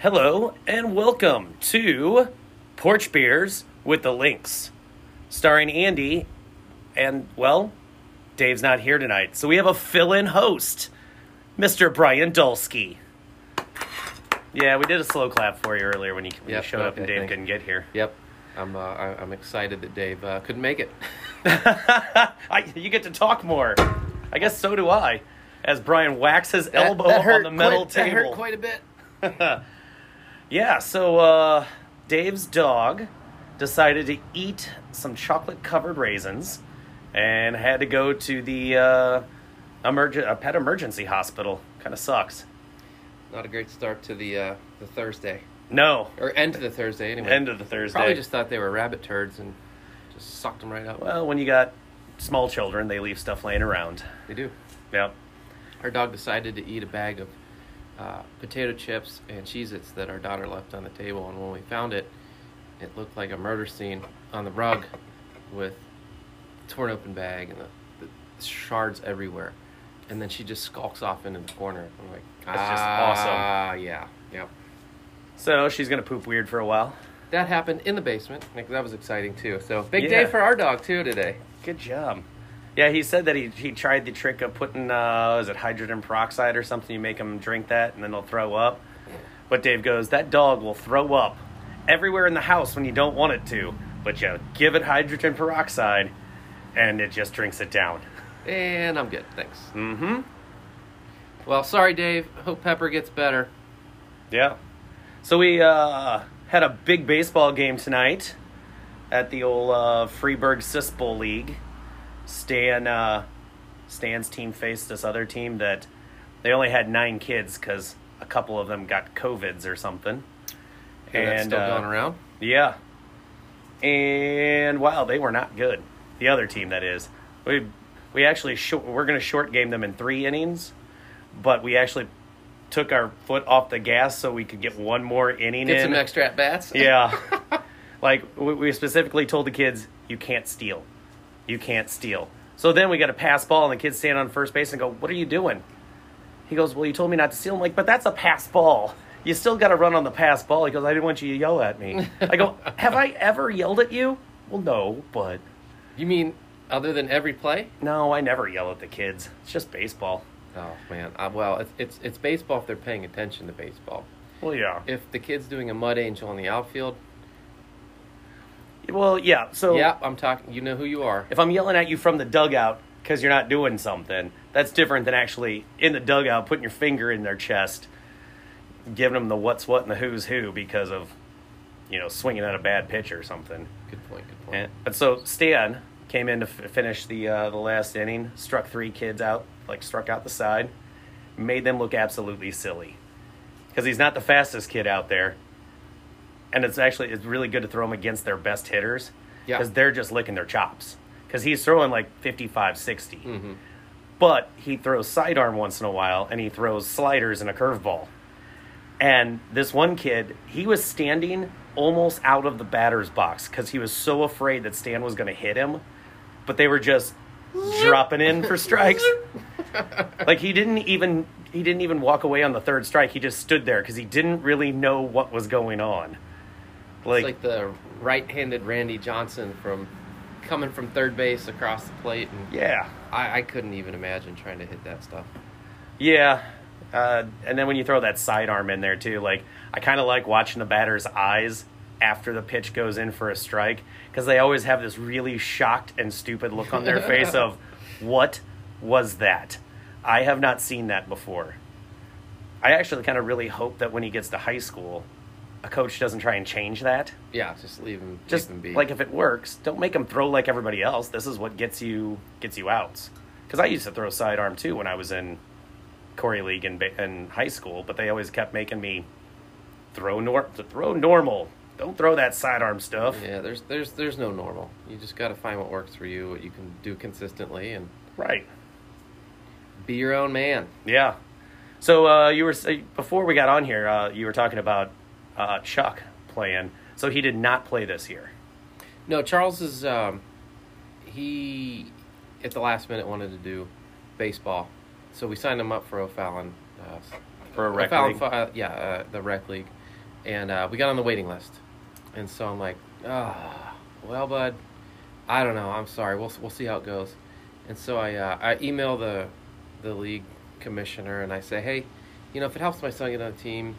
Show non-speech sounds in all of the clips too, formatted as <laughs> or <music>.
Hello and welcome to Porch Beers with the Links, starring Andy, and well, Dave's not here tonight, so we have a fill-in host, Mr. Brian Dulski. Yeah, we did a slow clap for you earlier when you, when you Yep, showed up and okay, Dave thank couldn't get here. Yep. I'm, uh, I- I'm excited that Dave uh, couldn't make it. <laughs> I, you get to talk more. I guess so do I, as Brian whacks his <laughs> That- elbow that hurt on the metal quite, table. That hurt quite a bit. Yeah, so uh, Dave's dog decided to eat some chocolate covered raisins and had to go to the uh, emerg- a pet emergency hospital. Kind of sucks. Not a great start to the uh, the Thursday No, or end to the Thursday anyway. end of the Thursday. Probably just thought they were rabbit turds and just sucked them right up. well, when you got small children, they leave stuff laying around. they do. Yep. Our dog decided to eat a bag of uh, potato chips and Cheez-Its that our daughter left on the table, and when we found it, it looked like a murder scene on the rug with torn open bag and the, the shards everywhere. And then she just skulks off into the corner. I'm like, That's just ah, yeah, yep. So she's going to poop weird for a while. That happened in the basement. Like, that was exciting too. So big Yeah. day for our dog too today. Good job. Yeah, he said that he, he tried the trick of putting, uh, is it hydrogen peroxide or something? You make them drink that and then they'll throw up. But Dave goes, that dog will throw up everywhere in the house when you don't want it to. But you give it hydrogen peroxide and it just drinks it down. And I'm good, thanks. Mm hmm. Well, sorry, Dave. Hope Pepper gets better. Yeah. So we uh, had a big baseball game tonight at the old uh, Freeburg Cisbowl League. Stan uh, Stan's team faced this other team that they only had nine kids because a couple of them got covids or something. And that's still uh, going around. yeah. And wow, they were not good. The other team that is. We we actually short, we're going to short game them in 3 innings, but we actually took our foot off the gas so we could get one more inning Get in. some extra at bats. Yeah. like we, we specifically told the kids, you can't steal. You can't steal. So then we got a pass ball, and the kids stand on first base and go, "What are you doing?" He goes, "Well, you told me not to steal." I'm like, "But that's a pass ball. You still got to run on the pass ball." He goes, "I didn't want you to yell at me." I go, "Have I ever yelled at you?" Well, no, but You mean other than every play? no, I never yell at the kids. It's just baseball. Oh man, uh, well it's, it's it's baseball if they're paying attention to baseball. Well, yeah. If the kid's doing a mud angel in the outfield, Well, yeah. So yeah, I'm talking. You know who you are. if I'm yelling at you from the dugout because you're not doing something, that's different than actually in the dugout putting your finger in their chest, giving them the what's what and the who's who because of, you know, swinging at a bad pitch or something. Good point. Good point. And, but so Stan came in to f- finish the uh, the last inning, struck three kids out, like struck out the side, made them look absolutely silly, because he's not the fastest kid out there. And it's actually it's really good to throw him against their best hitters, Yeah. because they're just licking their chops. Because he's throwing like 55, 60. hmm But he throws sidearm once in a while, and he throws sliders and a curveball. And this one kid, he was standing almost out of the batter's box because he was so afraid that Stan was going to hit him. But they were just dropping in for strikes. <laughs> like he didn't even he didn't even walk away on the third strike. He just stood there because he didn't really know what was going on. It's like the right-handed Randy Johnson from coming from third base across the plate, and yeah, I, I couldn't even imagine trying to hit that stuff. Yeah. Uh, and then when you throw that sidearm in there too, like I kind of like watching the batter's eyes after the pitch goes in for a strike because they always have this really shocked and stupid look on their face of what was that? I have not seen that before. I actually kind of really hope that when he gets to high school, a coach doesn't try and change that. Yeah, just leave him. Just leave him be. like if it works, don't make him throw like everybody else. This is what gets you gets you outs. Because I used to throw sidearm too when I was in Corey League in, ba- in high school, but they always kept making me throw nor- throw normal. Don't throw that sidearm stuff. yeah, there's there's there's no normal. You just got to find what works for you, what you can do consistently, and Right. be your own man. Yeah. So uh, you were s- before we got on here, uh, you were talking about uh, Chuck playing. So he did not play this year. No, Charles is um, he at the last minute wanted to do baseball, so we signed him up for O'Fallon. Uh, For a rec O'Fallon, league? Fi- yeah, uh, the rec league, and uh, we got on the waiting list. And so I'm like, ah, well, bud, I don't know. I'm sorry. We'll we'll see how it goes. And so I uh, I email the the league commissioner and I say, hey, you know, if it helps my son get on the team,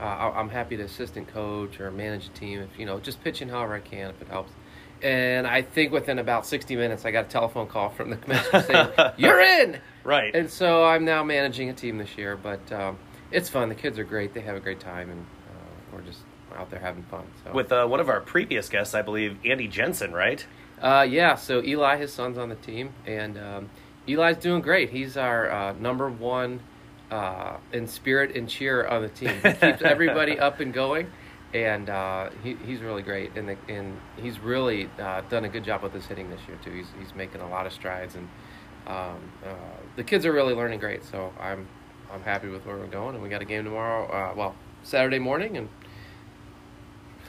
uh, I- I'm happy to assistant coach or manage a team. If you know, just pitching however I can if it helps. And I think within about 60 minutes, I got a telephone call from the commissioner saying, "You're in." Right. And so I'm now managing a team this year, but um, it's fun. The kids are great; they have a great time, and uh, we're just out there having fun. So With uh, one of our previous guests, I believe, Andy Jensen, right? uh, yeah, so Eli, his son's on the team, and um, Eli's doing great. He's our uh, number one uh, in spirit and cheer on the team. He keeps everybody up and going, and uh, he, he's really great. And, the, and he's really uh, done a good job with his hitting this year too. He's he's making a lot of strides, and um, uh, the kids are really learning great. So I'm I'm happy with where we're going, and we got a game tomorrow. Uh, well, Saturday morning, and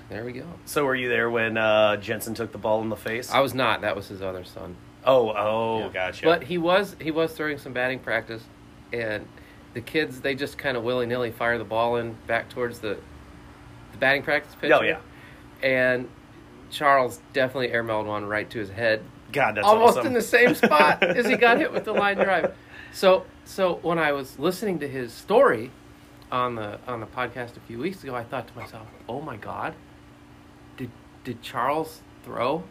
there we go. So were you there when uh, Jensen took the ball in the face? I was not. That was his other son. oh, oh, Yeah. gotcha. But he was he was throwing some batting practice, and the kids they just kind of willy nilly fire the ball in back towards the the batting practice pitch. Oh, yeah. and Charles definitely airmailed one right to his head, God, that's almost awesome. in the <laughs> same spot as he got hit with the line drive. So so when I was listening to his story on the on the podcast a few weeks ago, I thought to myself, oh my god, did did Charles <laughs> throw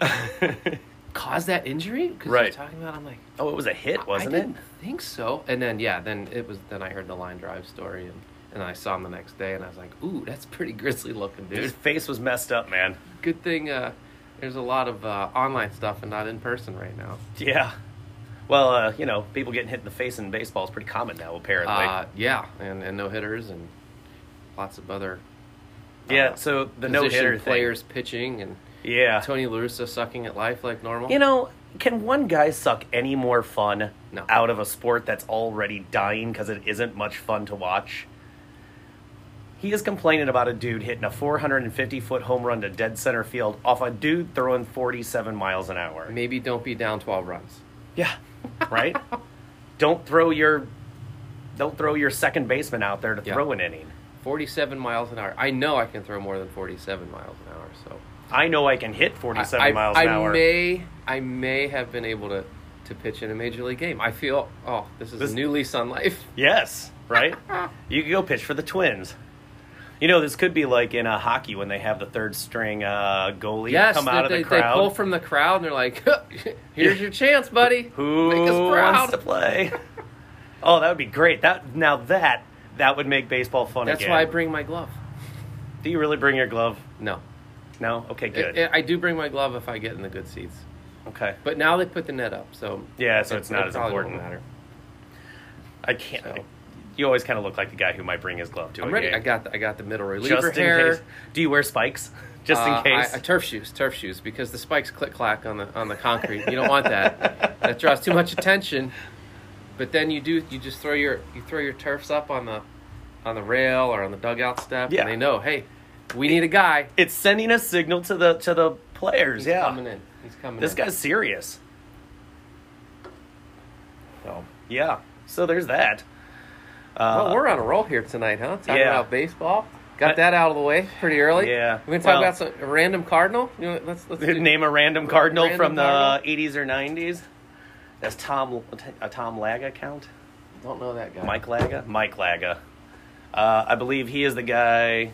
cause that injury? Because Right. you're talking about, I'm like. oh, it was a hit, wasn't I it? didn't think so. And then yeah, then it was. Then I heard the line drive story, and and I saw him the next day, and I was like, ooh, that's pretty grisly looking, His dude. face was messed up, man. Good thing uh, there's a lot of uh, online stuff and not in person right now. Yeah. Well, uh, you know, people getting hit in the face in baseball is pretty common now, apparently. Uh, yeah, and and no hitters and lots of other yeah. uh, So the position no hitter players pitching and Yeah. Tony Larusa sucking at life like normal. You know, can one guy suck any more fun No. out of a sport that's already dying because it isn't much fun to watch? He is complaining about a dude hitting a 450 foot home run to dead center field off a dude throwing 47 miles an hour. maybe don't be down 12 runs. <laughs> Yeah. Right? don't throw your don't throw your second baseman out there to Yeah. throw an inning. 47 miles an hour. I know I can throw more than 47 miles an hour, so I know I can hit 47 I, miles I an hour. may I may have been able to to pitch in a major league game. I feel oh, this is This- a new lease on life. Yes, <laughs> right? you could go pitch for the Twins. You know, this could be like in a hockey when they have the third string uh, goalie Yes, come they, out of the they- they crowd. pull from the crowd and they're like, <laughs> "Here's your chance, buddy. Who Make us wants proud." to play? <laughs> oh, that would be great. That now that that would make baseball fun That's again. why I bring my glove. Do you really bring your glove? No, No. Okay, good. I, I- I do bring my glove if I get in the good seats. okay. But now they put the net up, so Yeah, so it's it- not it as probably won't important. matter. I can't. So- you always kind of look like the guy who might bring his glove to I'm a ready. game. I got the, I got the middle reliever just in hair. case. Do you wear spikes? <laughs> Just Uh, in case. I, uh, turf shoes, turf shoes, because the spikes click clack on the on the concrete. You don't <laughs> want that. that draws too much attention. But then you do you just throw your you throw your turfs up on the on the rail or on the dugout step, Yeah. and they know, hey, we need a guy. it's sending a signal to the to the players. He's yeah. coming in. He's coming This in. guy's serious. So. Yeah. So there's that. Uh, well, we're on a roll here tonight, huh? Talking yeah. about baseball. Got But- that out of the way pretty early. Yeah. We're gonna talk Well- about some a random cardinal. You know, let's let's do- Uh, <laughs> name a random cardinal Random from the cardinal? 80s or 90s. That's Tom a Tom Laga count. Don't know that guy. Mike Laga. Mike Laga. Uh, I believe he is the guy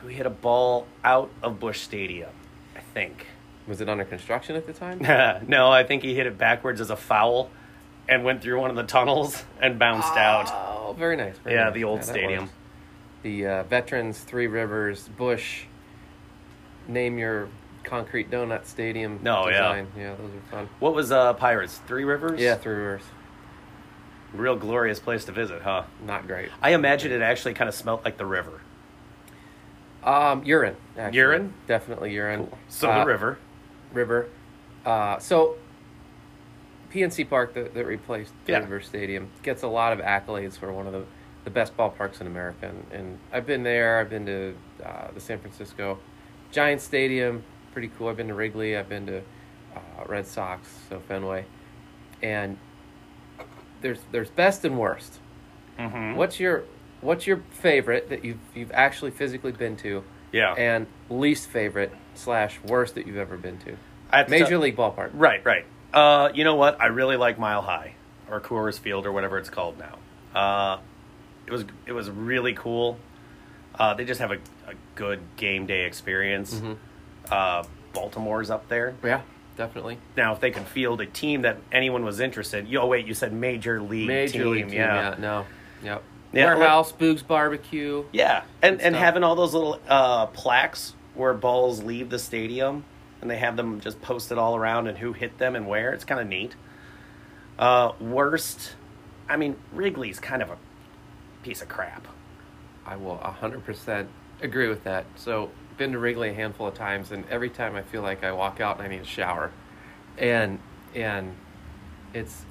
who hit a ball out of Bush Stadium. I think. <laughs> was it under construction at the time? no, I think he hit it backwards as a foul, and went through one of the tunnels and bounced out. Oh, very nice. very Yeah, nice. the old that stadium. works. The uh, Veterans, Three Rivers, Bush. Name your concrete donut stadium. No, yeah. design. yeah, those are fun. What was uh, Pirates? Three Rivers. Yeah, Three Rivers, Real glorious place to visit, huh? not great. I imagine it actually kind of smelled like the river. Um, urine. actually. Urine? definitely urine. So Uh, the river. River. Uh, so PNC Park that, that replaced the Yeah. River Stadium gets a lot of accolades for one of the, the best ballparks in America. And, and I've been there. I've been to uh, the San Francisco Giant Stadium. Pretty cool. I've been to Wrigley. I've been to uh, Red Sox, so Fenway. And there's there's best and worst. Mm-hmm. What's your what's your favorite that you've you've actually physically been to, Yeah. and least favorite slash worst that you've ever been to? I have to Major tell- league ballpark. Right, right. Uh, you know what? I really like Mile High or Coors Field or whatever it's called now. Uh, it was it was really cool. Uh, they just have a, a good game day experience. Mm-hmm. Uh, Baltimore's up there Yeah, definitely. now. If they could field a team that anyone was interested, you, oh wait, you said major league Major team, league team. Yeah. no. Yep. Yeah, or- Warehouse, Boogs Barbecue. Yeah, and Good and stuff. having all those little uh, plaques where balls leave the stadium, and they have them just posted all around and who hit them and where. It's kind of neat. Uh, worst, I mean Wrigley's kind of a piece of crap. I will 100% agree with that. So, been to Wrigley a handful of times, and every time I feel like I walk out and I need a shower, and and it's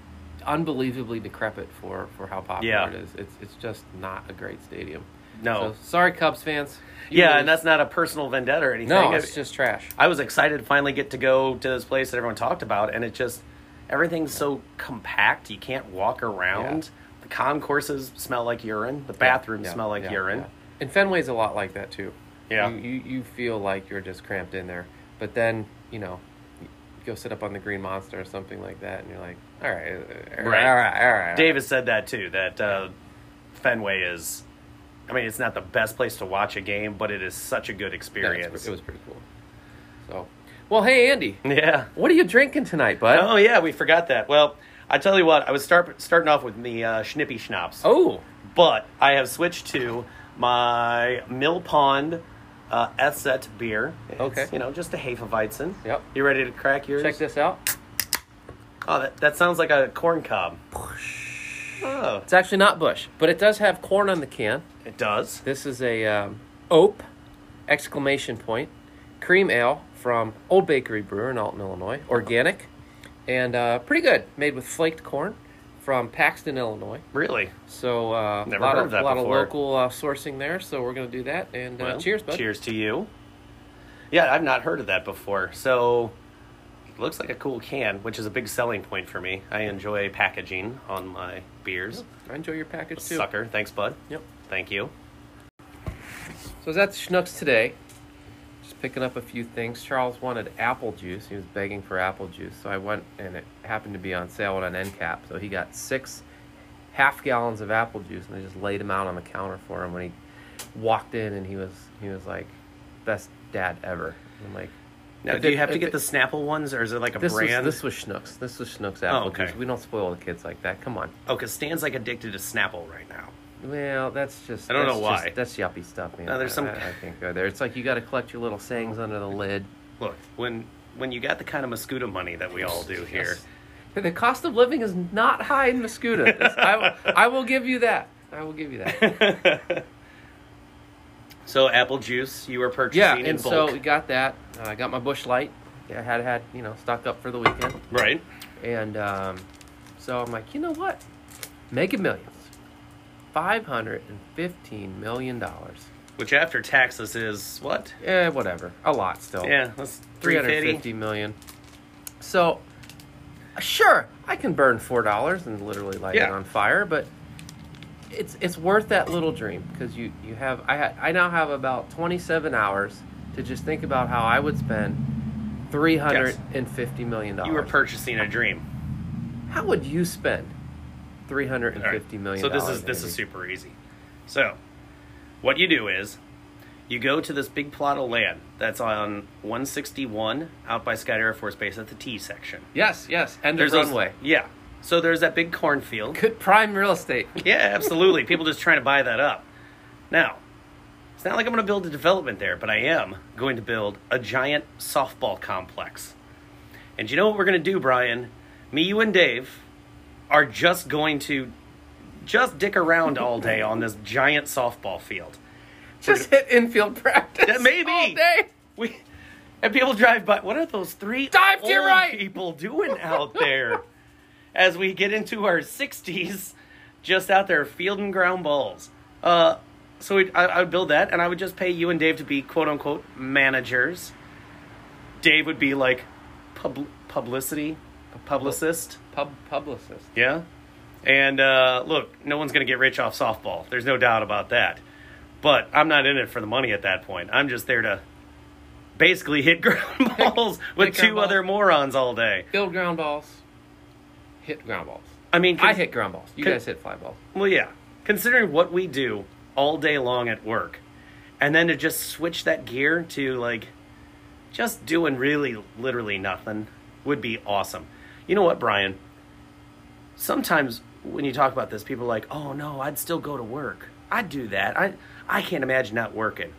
unbelievably decrepit for for how popular Yeah. it is. It's it's just not a great stadium. No. So, sorry, Cubs fans. You yeah, lose. and that's not a personal vendetta or anything. no, I- it's just trash. I was excited to finally get to go to this place that everyone talked about, and it just everything's so compact. You can't walk around. The concourses smell like urine. The bathrooms Yeah, smell like yeah, urine. yeah. And Fenway's a lot like that too. Yeah. You, you you feel like you're just cramped in there, but then you know, you go sit up on the Green Monster or something like that, and you're like, all right, all right, all Right. right, all right. all right. Davis said that too. That uh, Fenway is, I mean, it's not the best place to watch a game, but it is such a good Yeah, it's- experience. it was pretty cool. So, well, hey Andy, yeah. what are you drinking tonight, bud? Oh yeah, we forgot that. Well, I tell you what, I was start starting off with the uh, Schnippy Schnapps, Oh, but I have switched to my Mill Pond uh, Esset beer. It's, Okay. you know, just a Hefeweizen. Yep. You ready to crack yours? check this out. Oh, that, that sounds like a corn cob. Oh, It's actually not bush, but it does have corn on the can. it does. This is a um, ope exclamation point cream ale from Old Bakery Brewer in Alton, Illinois, organic and uh, pretty good, made with flaked corn from Paxton, Illinois. Really? So uh, Never lot heard of, of that lot before. of local uh, sourcing there. So we're gonna do that. And uh, Well, cheers, bud. Cheers to you. Yeah, I've not heard of that before. So, it looks like a cool can, which is a big selling point for me. I enjoy packaging on my beers. Enjoy your package too. Sucker. Thanks, bud. Yep. Thank you. So that's Schnucks today. Just picking up a few things. Charles wanted apple juice. He was begging for apple juice. So I went and it happened to be on sale at an end cap. So he got six half gallons of apple juice and I just laid them out on the counter for him when he walked in and he was he was like, Best dad ever. I'm like Now, if do it- you have to if get it- the Snapple ones, or is it like a this brand? Oh, was this was Schnucks. This was Schnucks apple okay. juice. We don't spoil the kids like that. Come on. Oh, because Stan's like addicted to Snapple right now. Well, that's just I don't that's know just- why. that's yuppie stuff, man. No, there's I- some- I, I think go there. It's like you got to collect your little sayings under the lid. Look, when when you got the kind of Mosquito money that we all do here, Yes. The cost of living is not high in Muscuda. It's- <laughs> I, will- I will give you that. I will give you that. so apple juice you were purchasing Yeah, in and bulk, so we got that. Uh, I got my bush light. I had had you know stocked up for the weekend, right? and um, so I'm like, you know what? Mega Millions, five hundred and fifteen million dollars. Which after taxes is what? Yeah, whatever. A lot still. Yeah, that's 350 million. So, sure, I can burn four dollars and literally light it Yeah. on fire, but it's it's worth that little dream because you you have I ha- I now have about 27 hours to just think about how I would spend 350 million dollars. You were purchasing a dream. how would you All spend right. 350 million? So this is this is super easy. So what you do is you go to this big plot of land that's on 161 out by Scott Air Force Base at the T section. Yes, yes, and there's those- runway. yeah. So there's that big cornfield. Good prime real <laughs> estate. Yeah, absolutely. People just trying to buy that up. Now, it's not like I'm going to build a development there, but I am going to build a giant softball complex. And you know what we're going to do, Brian? Me, you, and Dave are just going to just dick around all day on this giant softball field. Just hit infield practice. That may be. all day. <laughs> We and people drive by. What are those three Dive to your old right. people doing out there? <laughs> as we get into our sixties, just out there fielding ground balls. Uh, so we'd, I, I would build that, and I would just pay you and Dave to be quote unquote managers. Dave would be like pub- publicity publicist. Pub publicist. Yeah. And uh, look, no one's going to get rich off softball. There's no doubt about that. But I'm not in it for the money at that point. I'm just there to basically hit <laughs> ground balls with hit ground two balls. other morons all day. Field ground balls, hit ground balls. I mean, I cons- hit ground balls. You Con- guys hit fly balls. Well, yeah. Considering what we do all day long at work, and then to just switch that gear to like just doing really literally nothing would be awesome. You know what, Brian? Sometimes when you talk about this, people are like, "Oh no, I'd still go to work. I'd do that. I I can't imagine not working."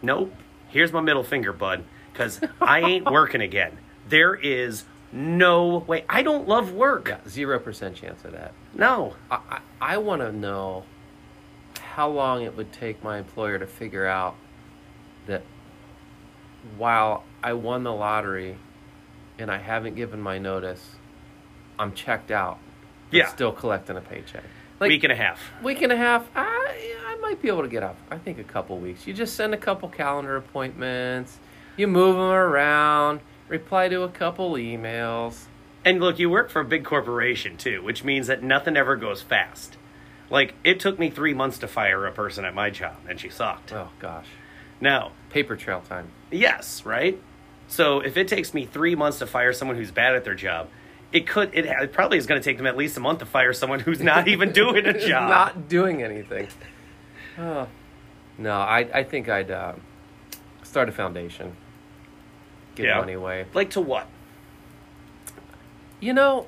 Nope. Here's my middle finger, bud, because I <laughs> ain't working again. There is no way. I don't love work. Yeah, zero percent chance of that. No. I, I, I want to know how long it would take my employer to figure out that while I won the lottery and I haven't given my notice, I'm checked out. but Yeah. Still collecting a paycheck. Week and a half. week and a half I, I might be able to get off i think a couple weeks you just send a couple calendar appointments you move them around reply to a couple emails And look, you work for a big corporation too, which means that nothing ever goes fast. Like, it took me three months to fire a person at my job, and she sucked. oh gosh Now, paper trail time yes, right? So, if it takes me three months to fire someone who's bad at their job, it could, it, it probably is going to take them at least a month to fire someone who's not <laughs> even doing a job. not doing anything oh. no I, I think i'd uh, start a foundation give Yeah. money away like, to what? You know,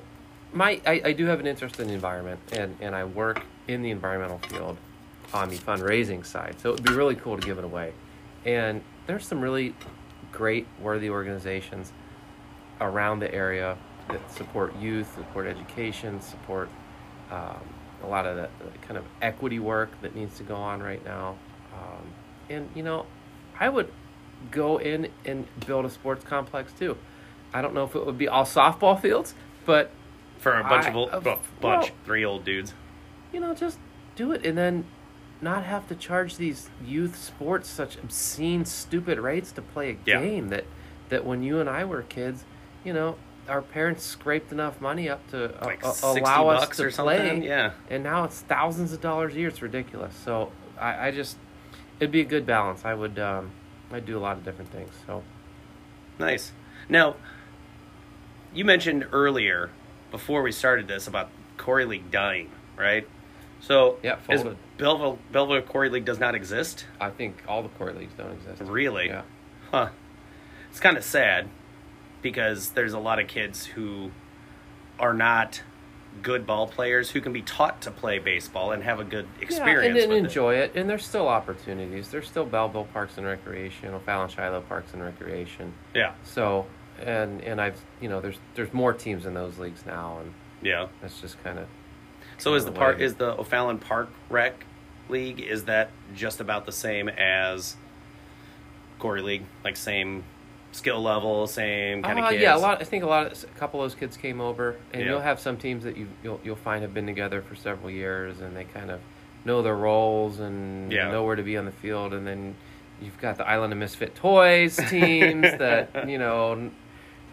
my I, I do have an interest in the environment, and, and I work in the environmental field on the fundraising side. So it would be really cool to give it away. And there's some really great, worthy organizations around the area that support youth, support education, support um, a lot of the, the kind of equity work that needs to go on right now. Um, and you know, I would go in and build a sports complex too. I don't know if it would be all softball fields, but For a bunch I- of old, uh, bu- well- bunch, three old dudes. you know, just do it and then not have to charge these youth sports such obscene, stupid rates to play a Yeah. game that that when you and I were kids, you know, our parents scraped enough money up to uh, Like uh, 60 allow us bucks to or play. something. Yeah. and now it's thousands of dollars a year. It's ridiculous. So I, I just, it'd be a good balance. I would, um, I'd do a lot of different things. So Nice. Now, you mentioned earlier, before we started this, about Corey League dying, right? So, Yeah, is folded. Belleville, Belleville Corey League does not exist? I think all the core leagues don't exist. Really? Yeah. Huh. It's kind of sad because there's a lot of kids who are not good ball players who can be taught to play baseball and have a good experience yeah, and, with and it. enjoy it. And there's still opportunities. There's still Belleville Parks and Recreation, O'Fallon Shiloh Parks and Recreation. Yeah. So, and and I've you know there's there's more teams in those leagues now, and Yeah. that's just kind of So is the Kinda park way. is the O'Fallon Park Rec League is that just about the same as Corey League? Like same skill level, same kind of Uh, kids. Yeah, a lot. I think a lot of a couple of those kids came over, and Yeah. you'll have some teams that you you'll, you'll find have been together for several years, and they kind of know their roles and Yeah. know where to be on the field, and then you've got the Island of Misfit Toys <laughs> teams that you know n-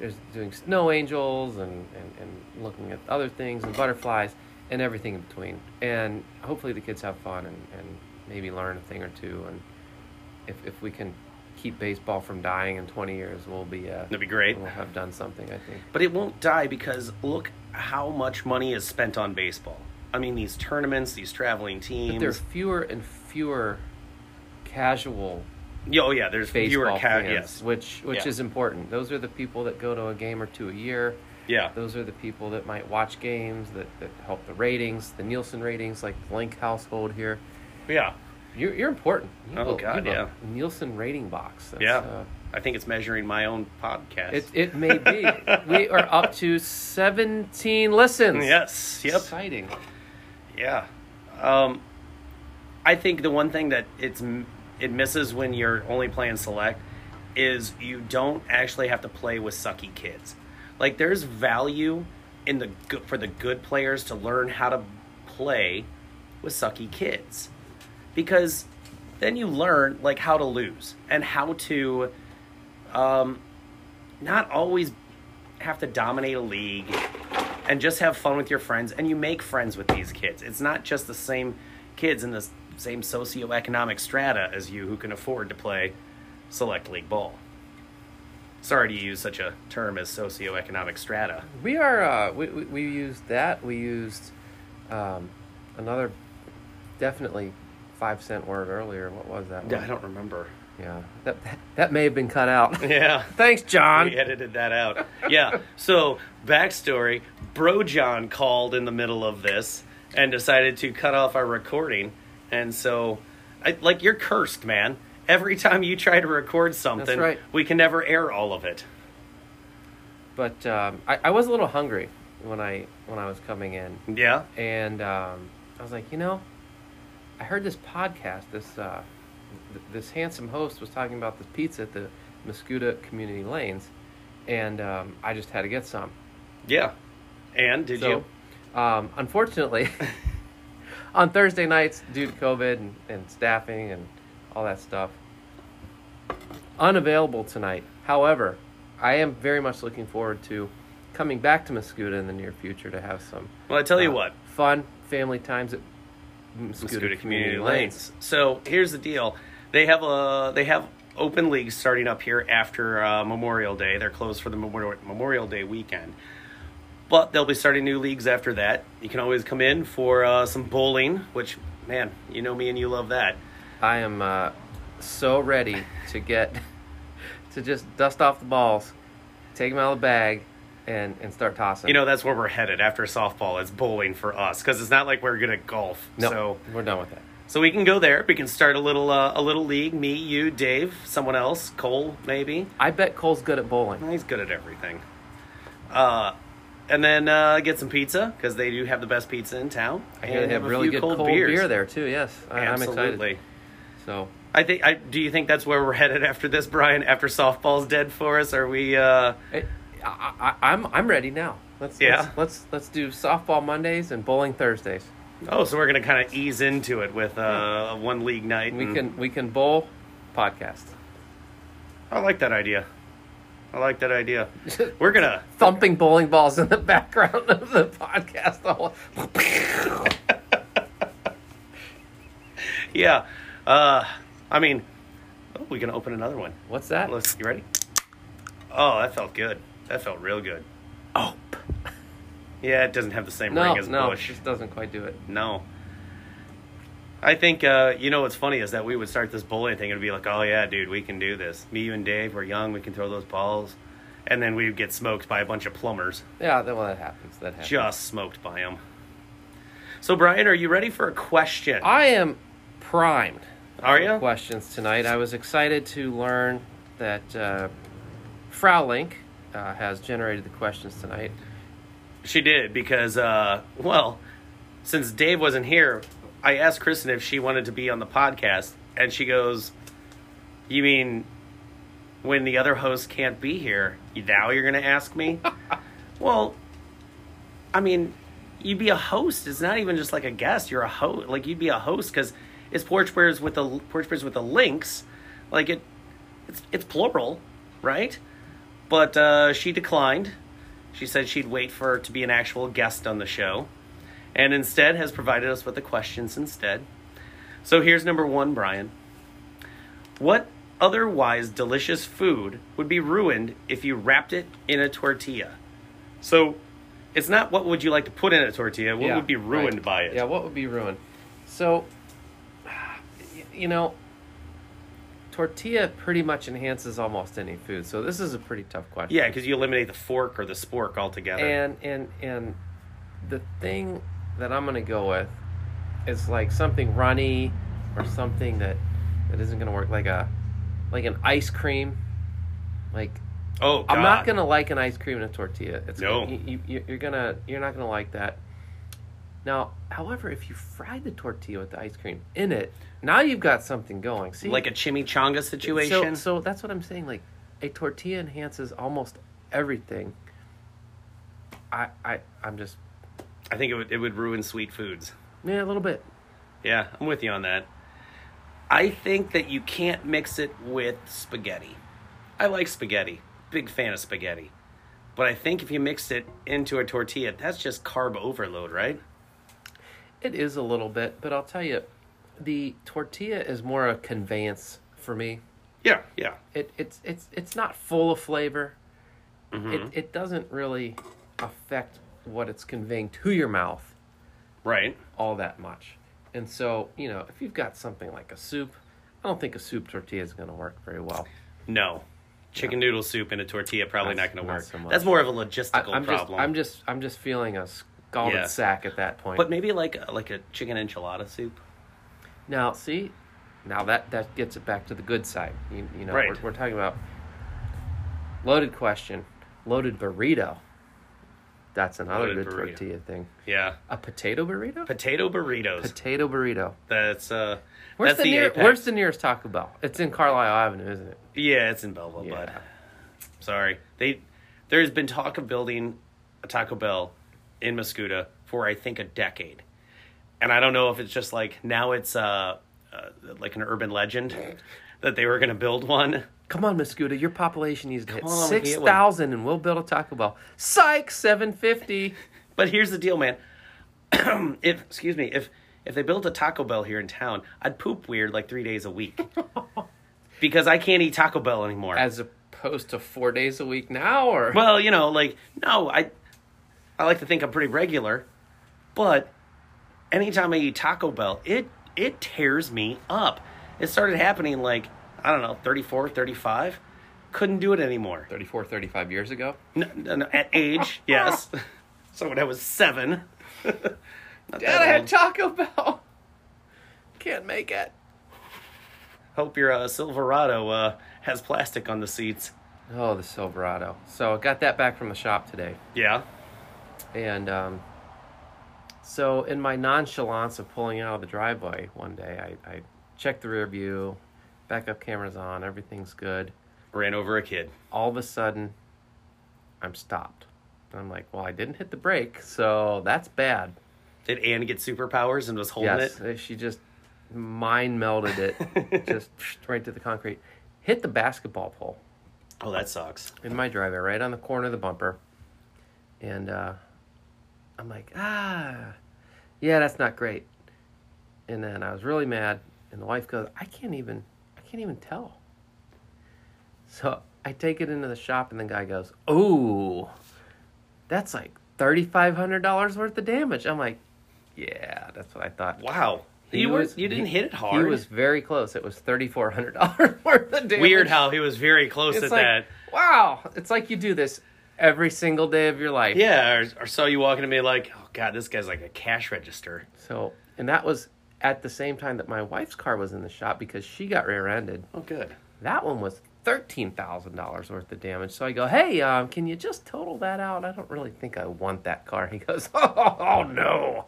is doing snow angels and, and and looking at other things and butterflies and everything in between, and hopefully the kids have fun and and maybe learn a thing or two, and if if we can. Keep baseball from dying in 20 years. We'll be uh, That'd be great. We'll have done something, I think. But it won't die because look how much money is spent on baseball. I mean these tournaments, these traveling But there are teams. fewer and fewer casual Yeah, oh yeah, there's baseball fewer cat. fans, Yes. which which Yeah. is important. Those are the people that go to a game or two a year. Yeah. Those are the people that might watch games that, that help the ratings, the Nielsen ratings, like the Link household here. Yeah. You're, you're important. You Oh, have a- you God, have a Nielsen rating box. That's, yeah. Uh, I think it's measuring my own podcast. it it may be. we are up to 17 listens. yes. Yep. Exciting. Yeah. Um, I think the one thing that it's it misses when you're only playing select is you don't actually have to play with sucky kids. Like there's value in the good for the good players to learn how to play with sucky kids because then you learn like how to lose and how to um, not always have to dominate a league and just have fun with your friends and you make friends with these kids it's not just the same kids in the s- same socioeconomic strata as you who can afford to play select league ball sorry to use such a term as socioeconomic strata We are uh, we, we we used that. We used um, another definitely five cent word earlier. What was that? One? i don't remember Yeah, that, that that may have been cut out. yeah Thanks, John. We edited that out. Yeah. So backstory: Bro John called in the middle of this and decided to cut off our recording, and so, I, like, you're cursed, man. Every time you try to record something, right. we can never air all of it. But um, I, I was a little hungry when I when I was coming in, Yeah. and um, I was like, you know, I heard this podcast. This uh, th- this handsome host was talking about this pizza at the Muscuda Community Lanes, and um, I just had to get some. Yeah. And did so, Um, unfortunately, <laughs> on Thursday nights, due to COVID and, and staffing and all that stuff, unavailable tonight. However, I am very much looking forward to coming back to Muscuda in the near future to have some. Well, I tell you uh, what. fun family times at Muscuda, you? Scooter Community Lanes. So here's the deal: they have a they have open leagues starting up here after uh, Memorial Day. They're closed for the Memorial Memorial Day weekend. But they'll be starting new leagues after that. You can always come in for uh, some bowling, which, man, you know me and you love that. I am uh, so ready to get <laughs> to just dust off the balls, take them out of the bag, and and start tossing. You know, that's where we're headed after softball. It's bowling for us because it's not like we're good at golf. no, So, we're done with that. so we can go there. We can start a little uh, a little league. Me, you, Dave, someone else, Cole, maybe. I bet Cole's good at bowling. He's good at everything. Uh, and then uh, get some pizza because they do have the best pizza in town. I hear And they have a really few good cold, beers. beer there too. Yes, I, I'm Absolutely. excited. So I think. I do you think that's where we're <laughs> headed after this, Brian? After softball's dead for us, are we? Uh, I, eh, I, I, I'm I'm ready now. Let's Yeah. let's, let's let's do softball Mondays and bowling Thursdays. oh, so we're gonna kind of ease into it with uh, one league night. We and- can we can bowl podcast. I like that idea. I like that idea. <laughs> We're gonna. <laughs> Thumping bowling balls in the background of the podcast. <laughs> All Yeah. Uh, I mean, oh, we can open another one. what's that? Let's. You ready? Oh, that felt good. That felt real good. Oh, Yeah, it doesn't have the same no, ring as no, Bush. this doesn't quite do it. No. I think uh, you know what's funny is that we would start this bowling thing and be like, "Oh yeah, dude, we can do this. Me, you, and Dave, we're young. We can throw those balls." And then we would get smoked by a bunch of plumbers, Yeah, that, well, that happens. That happens. just smoked by them. So, Brian, are you ready for a question? I am primed. Are you? questions tonight. I was excited to learn that uh, Frowlink uh, has generated the questions tonight. She did because, uh, well, since Dave wasn't here, I asked Kristen if she wanted to be on the podcast, and she goes, "You mean when the other host can't be here? you- Now you're going to ask me?" well, I mean, you'd be a host. It's not even just like a guest. You're a host. Like you'd be a host because it's porch bears with the porch bears with the links. Like it, it's it's plural, right? But uh, she declined. She said she'd wait for to be an actual guest on the show, and instead has provided us with the questions instead. So here's number one, Brian. What otherwise delicious food would be ruined if you wrapped it in a tortilla? So it's not what would you like to put in a tortilla, what Yeah, would be ruined right. by it? Yeah, what would be ruined? So, y- you know, tortilla pretty much enhances almost any food. So this is a pretty tough question. Yeah, because you eliminate the fork or the spork altogether. And and and the thing that I'm gonna go with is like something runny or something that that isn't gonna work like a like an ice cream. Like oh, I'm not God. gonna like an ice cream and a tortilla. It's No. you, you, you're gonna you're not gonna like that. Now, however, if you fry the tortilla with the ice cream in it, now you've got something going. See, like a chimichanga so, situation. so that's what I'm saying. Like, a tortilla enhances almost everything. I, I, I'm just I think it would it would ruin sweet foods. yeah, a little bit. Yeah, I'm with you on that. I think that you can't mix it with spaghetti. I like spaghetti. Big fan of spaghetti. But I think if you mix it into a tortilla, that's just carb overload, right? It is a little bit, but I'll tell you, the tortilla is more a conveyance for me. Yeah, yeah. It it's it's it's not full of flavor. It it doesn't really affect what it's conveying to your mouth Right. all that much. And so, you know, if you've got something like a soup, I don't think a soup tortilla is going to work very well. No. Chicken noodle soup in a tortilla probably That's not going to not work. so much. That's more of a I, logistical I'm just problem. I'm just I'm just feeling a scalded Yeah. sack at that point. but maybe like a, like a chicken enchilada soup. Now, see, now that that gets it back to the good side. You, you know, Right. we're, we're talking about loaded question, loaded burrito. That's another Loaded good burrito. tortilla thing. Yeah. A potato burrito. Potato burritos. potato burrito. that's uh. Where's that's the, near, apex. Where's the nearest Taco Bell? It's in Carlisle Avenue, isn't it? Yeah, it's in Belleville, Yeah. bud. Sorry. They there has been talk of building a Taco Bell in Muscuda for I think a decade. And I don't know if it's just like now it's uh, uh like an urban legend <laughs> that they were going to build one. Come on, Mascuda, your population needs to hit on, we six get one. thousand, and we'll build a Taco Bell. Psych, seven fifty. But here's the deal, man. <clears throat> if excuse me, if if they built a Taco Bell here in town, I'd poop weird like 3 days a week. because I can't eat Taco Bell anymore. As opposed to four days a week now, or Well, you know, like no, I I like to think I'm pretty regular, but anytime I eat Taco Bell, it it tears me up. It started happening like I don't know, 34, 35. Couldn't do it anymore. 34, 35 years ago. No, no, no, at age, <laughs> yes. <laughs> So when I was 7, Not that Dad, I had old. Taco Bell. <laughs> Can't make it. hope your uh, Silverado uh, has plastic on the seats. Oh, the Silverado. So I got that back from the shop today, Yeah. and um, so in my nonchalance of pulling out of the driveway one day, I, I checked the rear view, backup cameras on, everything's good. Ran over a kid. All of a sudden, I'm stopped. And I'm like, well, I didn't hit the brake, so that's bad. Did Anne get superpowers and was holding yes, it? uh, she just mind melded it, just right to the concrete. Hit the basketball pole. Oh, that sucks. in my driveway, right on the corner of the bumper. And uh, I'm like, ah, yeah, that's not great. And then I was really mad, and the wife goes, I can't even, I can't even tell. So I take it into the shop, and the guy goes, oh, that's like thirty five hundred dollars worth of damage. I'm like, yeah, that's what I thought. Wow. He you were, was- you didn't he- hit it hard. He was very close. It was thirty four hundred <laughs> dollars worth of damage. Weird how he was very close It's at like, that. wow, it's like you do this every single day of your life. Yeah, or, or saw you walking to me like, oh god, this guy's like a cash register. So, and that was at the same time that my wife's car was in the shop because she got rear-ended. Oh, good. That one was thirteen thousand dollars worth of damage. So I go, hey, um, can you just total that out? I don't really think I want that car. <laughs> He goes, oh no,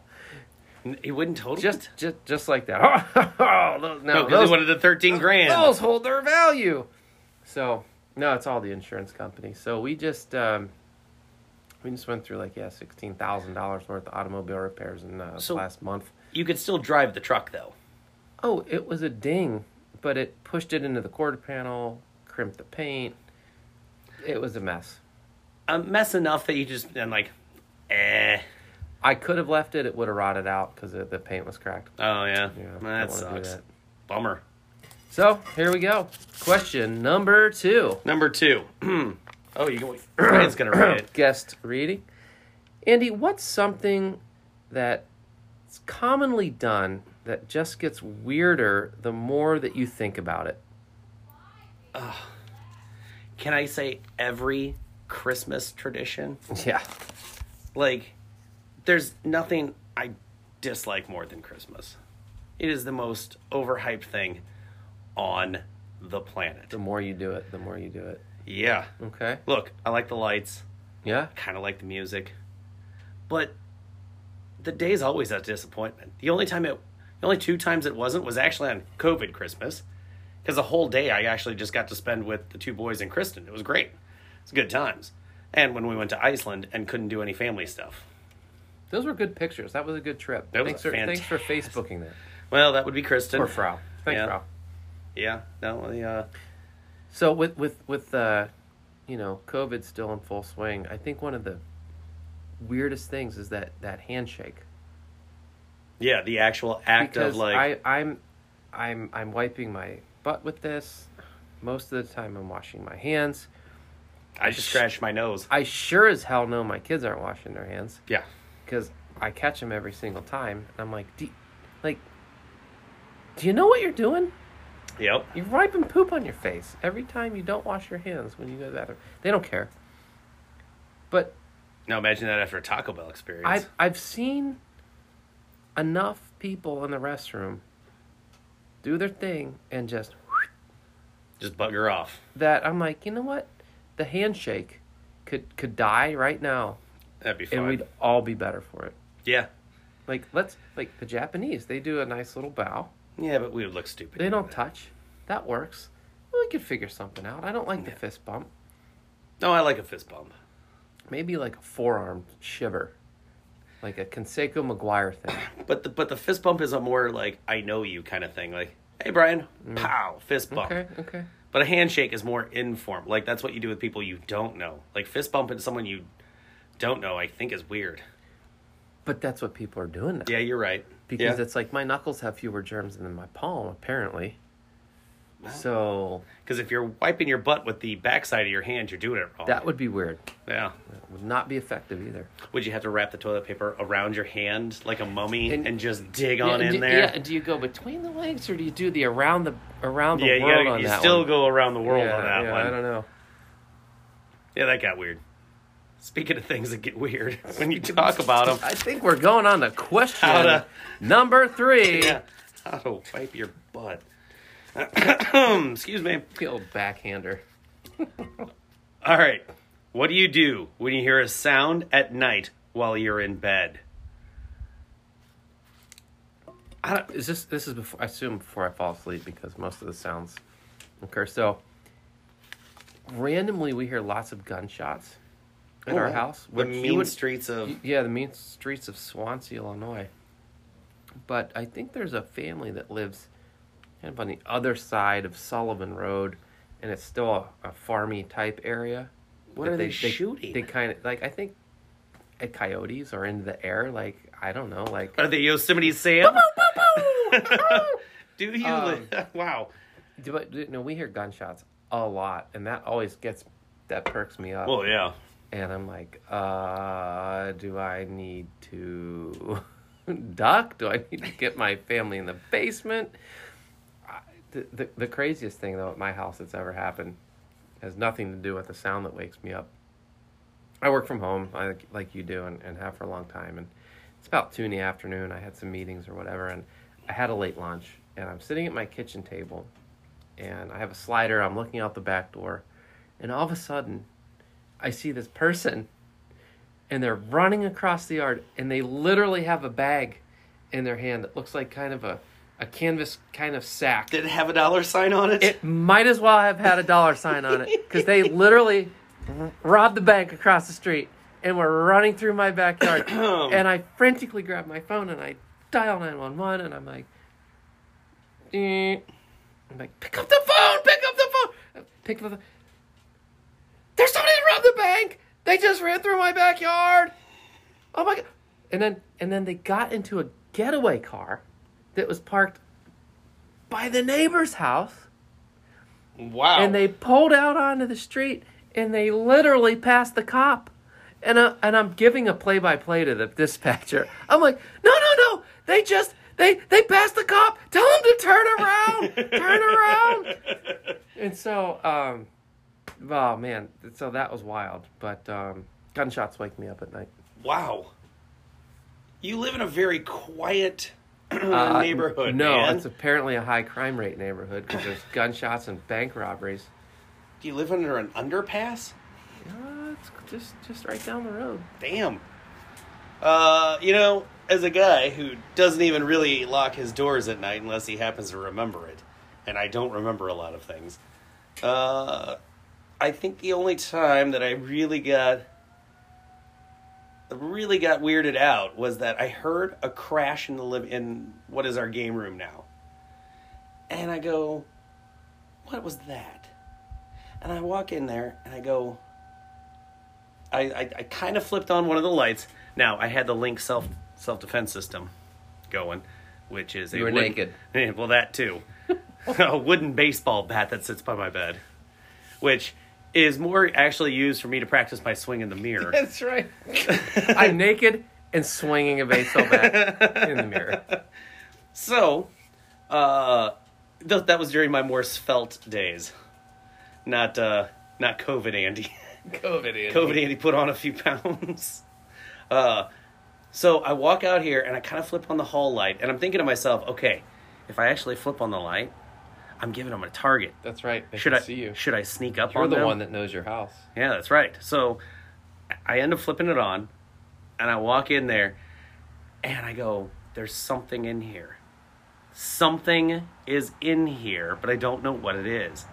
N- He wouldn't total. just just just like that. <laughs> Oh, those, no, no, because those, he wanted the thirteen grand. those hold their value. So no, it's all the insurance company. So we just um, we just went through like yeah, sixteen thousand dollars worth of automobile repairs in uh, So- last month. You could still drive the truck though. Oh, it was a ding, but it pushed it into the quarter panel, crimped the paint. It was a mess. A mess enough that you just and like, eh. I could have left it; it would have rotted out because the paint was cracked. Oh yeah, Yeah, don't wanna that do sucks. that. Bummer. So here we go. Question number two. Number two. <clears throat> oh, you <clears throat> going? Ryan's gonna read it. guest reading. Andy, what's something that's commonly done that just gets weirder the more that you think about it? Can I say every Christmas tradition? <laughs> Yeah. like there's nothing i dislike more than christmas it is the most overhyped thing on the planet The more you do it, the more you do it. yeah Okay. look i like the lights Yeah. kind of like the music but the day's always a disappointment the only time it the only two times it wasn't was actually on covid christmas because the whole day i actually just got to spend with the two boys and kristen it was great it's good times and when we went to iceland and couldn't do any family stuff Those were good pictures. That was a good trip. That was thanks, for, thanks for Facebooking that. well that would be kristen Or Frau. Thanks, Yeah. Frau. Yeah, no, the, uh, So with with with uh, you know, COVID's still in full swing. I think one of the weirdest things is that that handshake. Yeah, the actual act because of like I, I'm, I'm, I'm wiping my butt with this. Most of the time, I'm washing my hands. I, just scratched my nose. I sure as hell know my kids aren't washing their hands yeah. because I catch them every single time, and I'm like, D- like, do you know what you're doing? Yep. You're wiping poop on your face every time you don't wash your hands when you go to the bathroom. They don't care. But Now imagine that after a Taco Bell experience. I've I've seen enough people in the restroom do their thing and just just bugger off. that I'm like, you know what? The handshake could could die right now, That'd be and fun. we'd all be better for it. Yeah. Like let's like the Japanese, they do a nice little bow. Yeah, but we would look stupid. They doing don't that. touch. That works. We could figure something out. I don't like the Yeah. fist bump. No, I like a fist bump. Maybe like a forearm shiver, like a Conseco <coughs> Maguire thing. But the but the fist bump is a more like I know you kind of thing. Like, hey Brian, pow, fist bump. Mm. Okay, okay. But a handshake is more informal. Like that's what you do with people you don't know. Like fist bumping someone you don't know, I think is weird. But that's what people are doing now. Yeah, you're right. because yeah. it's like my knuckles have fewer germs than my palm apparently so Because if you're wiping your butt with the backside of your hand, you're doing it wrong. that would be weird yeah. That would not be effective either Would you have to wrap the toilet paper around your hand like a mummy and, And- just dig on yeah, in do, there? yeah, do you go between the legs or do you do the around the around the Yeah, you, world gotta, on you that still one? go around the world yeah, on that yeah, one. i don't know Yeah, that got weird. Speaking of things that get <laughs> weird, when you talk about them, i think we're going on to question How to- number three <laughs> yeah, how to wipe your butt. <coughs> Excuse me. The old backhander All right. What do you do when you hear a sound at night while you're in bed? I don't, is this this is before I assume before I fall asleep because most of the sounds occur. So randomly we hear lots of gunshots in our house. Oh, The which you mean would- streets of. y- yeah, the mean streets of Swansea, Illinois. But I think there's a family that lives kind of on the other side of Sullivan Road, and it's still a, a farmy type area. What But are they shooting? They kind of like I think uh, coyotes are into the air. Like I don't know, like Are they Yosemite Sam? <laughs> do you? Um, li- <laughs> wow. Do- But you know, we hear gunshots a lot, and that always gets that perks me up. Well, yeah. and I'm like, uh, do I need to <laughs> duck? Do I need to get my family in the basement? I- The, the, the craziest thing though at my house that's ever happened has nothing to do with the sound that wakes me up. I work from home like like you do and, and have for a long time and it's about two in the afternoon. I had some meetings or whatever and I had a late lunch and I'm sitting at my kitchen table and I have a slider, I'm looking out the back door, and all of a sudden I see this person and they're running across the yard and they literally have a bag in their hand that looks like kind of a, a canvas kind of sack. Did it have a dollar sign on it? It might as well have had a dollar sign on it because they literally r- robbed the bank across the street and were running through my backyard. and I frantically grabbed my phone and I dial 911 and I'm like, "Eh." I'm like, pick up the phone, pick up the phone, pick up the. There's somebody that robbed the bank. They just ran through my backyard. Oh my god! And then and then they got into a getaway car that was parked by the neighbor's house wow. and <laughs> they pulled out onto the street and they literally passed the cop. And I, and I'm giving a play by play to the dispatcher. I'm like, no, no, no. They just they they passed the cop. Tell them to turn around, turn <laughs> around. And so, um, oh man, so that was wild. But um, gunshots wake me up at night. Wow. You live in a very quiet <clears throat> Uh, neighborhood. No, man. it's apparently a high crime rate neighborhood because there's gunshots and bank robberies. Do you live under an underpass? Uh, it's just just right down the road. Damn. Uh, you know, as a guy who doesn't even really lock his doors at night unless he happens to remember it, and I don't remember a lot of things, uh, I think the only time that I really got really got weirded out was that I heard a crash in the live in what is our game room now, and I go, "What was that?" And I walk in there and I go, I, I, I kind of flipped on one of the lights. Now I had the Link self self defense system going, which is You were wooden- naked. Yeah, <laughs> well, that too, a wooden baseball bat that sits by my bed, which is more actually used for me to practice my swing in the mirror. That's right. <laughs> I'm naked and swinging a baseball bat in the mirror. So, uh, th- that was during my more svelte days, not uh, not COVID Andy. <laughs> COVID. COVID Andy put on a few pounds. <laughs> Uh, so I walk out here and I kind of flip on the hall light, and I'm thinking to myself, okay, if I actually flip on the light, I'm giving them a target. That's right. They Should can I see you. should I sneak up You're on the them? one that knows your house. Yeah, that's right. So I end up flipping it on and I walk in there and I go, there's something in here. Something is in here, but I don't know what it is.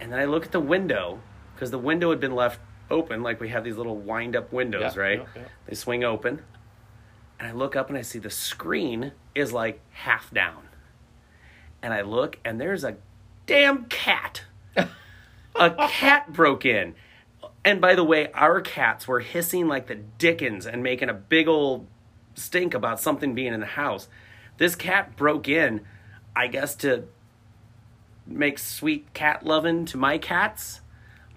And then I look at the window because the window had been left open, like we have these little wind up windows, Yeah, right? yeah, yeah. They swing open. And I look up and I see the screen is like half down. And I look and there's a damn <laughs> cat a cat broke in. And by the way, our cats were hissing like the dickens and making a big old stink about something being in the house. This cat broke in, I guess, to make sweet cat lovin' to my cats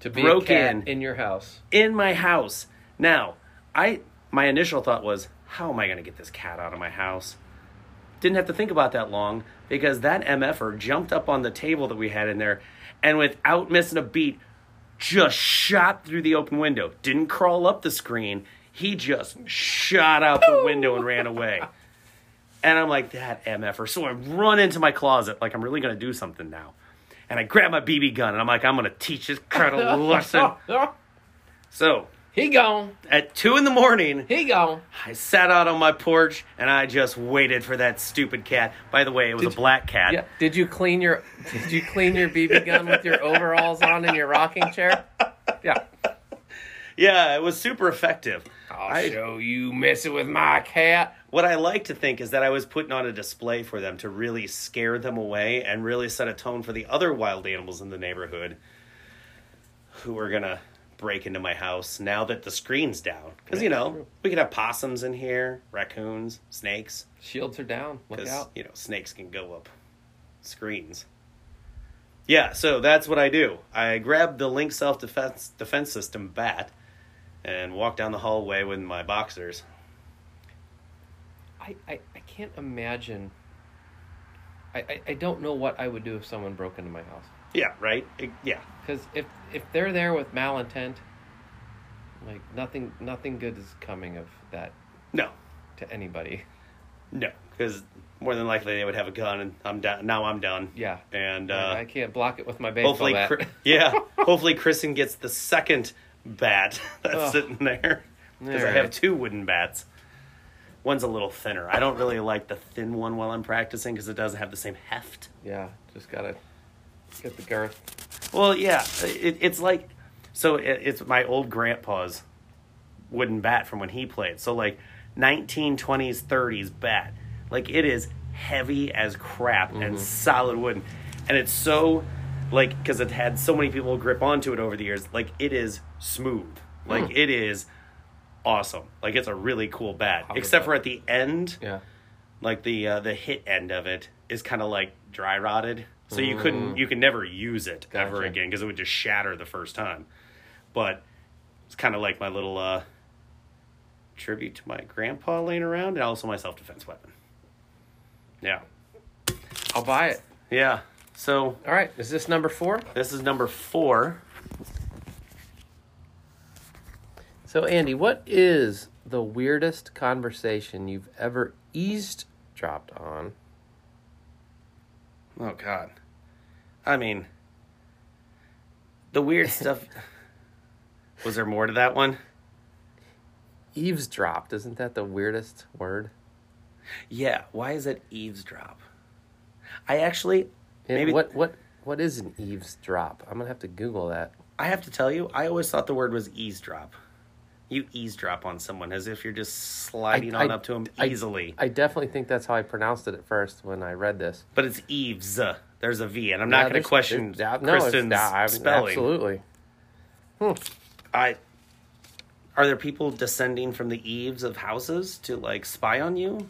To be Broke a cat in. in. your house. in my house. Now, I my initial thought was, how am I going to get this cat out of my house? Didn't have to think about that long because that mf'er jumped up on the table that we had in there, and without missing a beat, just shot through the open window. Didn't crawl up the screen. He just shot out the window and ran away. And I'm like, that mf'er. So I run into my closet like I'm really going to do something now. And I grab my BB gun and I'm like, I'm going to teach this cat <laughs> a lesson. So he gone. at two in the morning, He gone. I sat out on my porch and I just waited for that stupid cat. By the way, it was a black cat. Yeah. Did you clean your Did you clean your BB gun with your overalls on in your rocking chair? Yeah. Yeah, it was super effective. I'll I- show you messing with my cat. What I like to think is that I was putting on a display for them to really scare them away and really set a tone for the other wild animals in the neighborhood who are gonna break into my house now that the screen's down. Because you know, we could have possums in here, raccoons, snakes. Shields are down. Look because out. you know snakes can go up screens. Yeah, so that's what I do. I grab the Link self defense defense system bat and walk down the hallway with my boxers. I, I, I can't imagine. I, I, I don't know what I would do if someone broke into my house. Yeah, right. It- yeah, Because if if they're there with malintent, like nothing nothing good is coming of that no, to anybody. no, because more than likely they would have a gun, and I'm done. Now I'm done. Yeah. and I- uh, I can't block it with my baseball hopefully, bat. Chri- <laughs> yeah, hopefully Kristen gets the second bat <laughs> that's Ugh. sitting there because I Alright. have two wooden bats. One's a little thinner. I don't really like the thin one while I'm practicing because it doesn't have the same heft. <laughs> yeah, just gotta get the girth. Well, yeah, it, it's like so it, it's my old grandpa's wooden bat from when he played. So like 1920s, 30s bat. Like it is heavy as crap and solid wooden, and it's so like because it had so many people grip onto it over the years. Like it is smooth. Like it is awesome. Like it's a really cool bat. would Except love- for at the end Yeah. like the uh, the hit end of it is kind of like dry rotted so you couldn't you can never use it ever Gotcha. again because it would just shatter the first time but it's kind of like my little uh tribute to my grandpa laying around and also my self-defense weapon yeah I'll buy it. yeah so All right. Is this number four? this is number four So Andy, what is the weirdest conversation you've ever eavesdropped on? Oh God. I mean, the <laughs> weird stuff. Was there more to that one? Eavesdropped, isn't that the weirdest word? Yeah. Why is it eavesdrop? I actually And maybe what what what is an eavesdrop? I'm gonna have to Google that. I have to tell you, I always thought the word was eavesdrop. You eavesdrop on someone as if you're just sliding on up to them I- easily. I definitely think that's how I pronounced it at first when I read this. but it's eaves. uh, There's a V, and I'm Yeah, not going there's- to question there's doubt- no, it's Kristen's doubt- I'm- spelling. Absolutely. I are there people descending from the eaves of houses to like spy on you?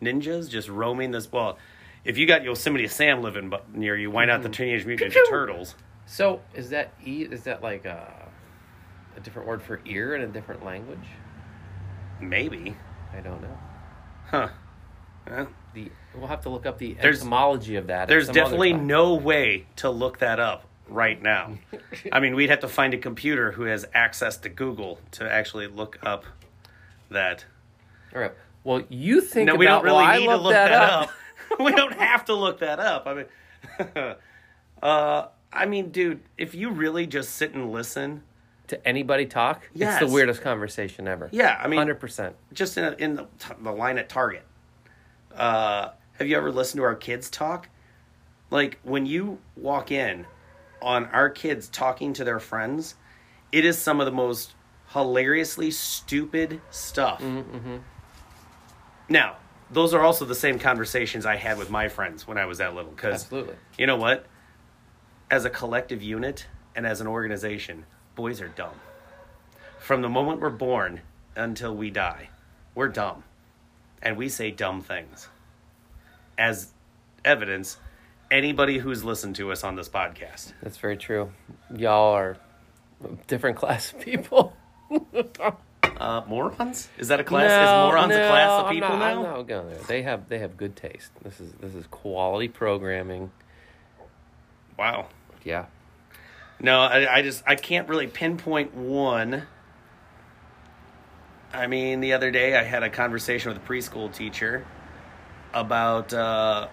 Ninjas just roaming this well. If you got Yosemite Sam living bu- near you, why not the Mm-hmm. Teenage Mutant Ninja Turtles? So is that e? Is that like a, a different word for ear in a different language? Maybe, I don't know. huh? Well, The we'll have to look up the There's- etymology of that. at there's some other definitely time. no way to look that up right <laughs> now. I mean, we'd have to find a computer who has access to Google to actually look up that. All right. Well, you think No, about we don't really well, I need to looked look that, up. <laughs> we don't have to look that up. I mean, <laughs> uh, I mean, dude, if you really just sit and listen, to anybody talk. It's Yes. the weirdest conversation ever. yeah, I mean, hundred percent. just in, in the, t- the line at Target. Uh, have you ever listened to our kids talk? Like when you walk in on our kids talking to their friends, it is some of the most hilariously stupid stuff. Now, those are also the same conversations I had with my friends when I was that little. Because Absolutely. you know what? As a collective unit and as an organization, boys are dumb. From the moment we're born until we die, we're dumb. And we say dumb things. As evidence, anybody who's listened to us on this podcast. That's very true. Y'all are a different <laughs> class of people. Uh, morons? Is that a class? is morons a class of people I'm not, now? I'm not going there. They have they have good taste. This is this is quality programming. Wow. Yeah. No, I, I just I can't really pinpoint one. I mean, the other day I had a conversation with a preschool teacher about uh,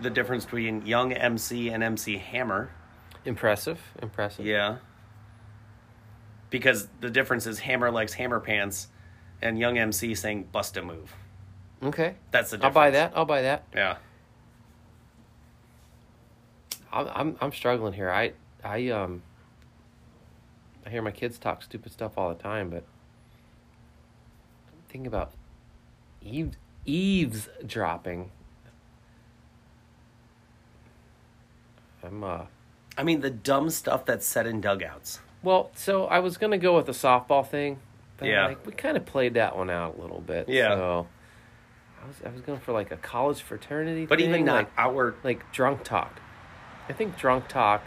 the difference between young MC and MC Hammer. Impressive. Impressive. Yeah. Because the difference is Hammer likes Hammer Pants, and Young MC saying "Bust a move." Okay. That's the I'll difference. buy that. I'll buy that. Yeah. I'm I'm, I'm struggling here. I I um I hear my kids talk stupid stuff all the time, but think about eaves eavesdropping. I'm uh I mean, the dumb stuff that's said in dugouts. well, so I was gonna go with the softball thing, but Yeah. like we kind of played that one out a little bit. Yeah. So I was I was going for like a college fraternity, But even thing, not like, our like drunk talk. I think drunk talk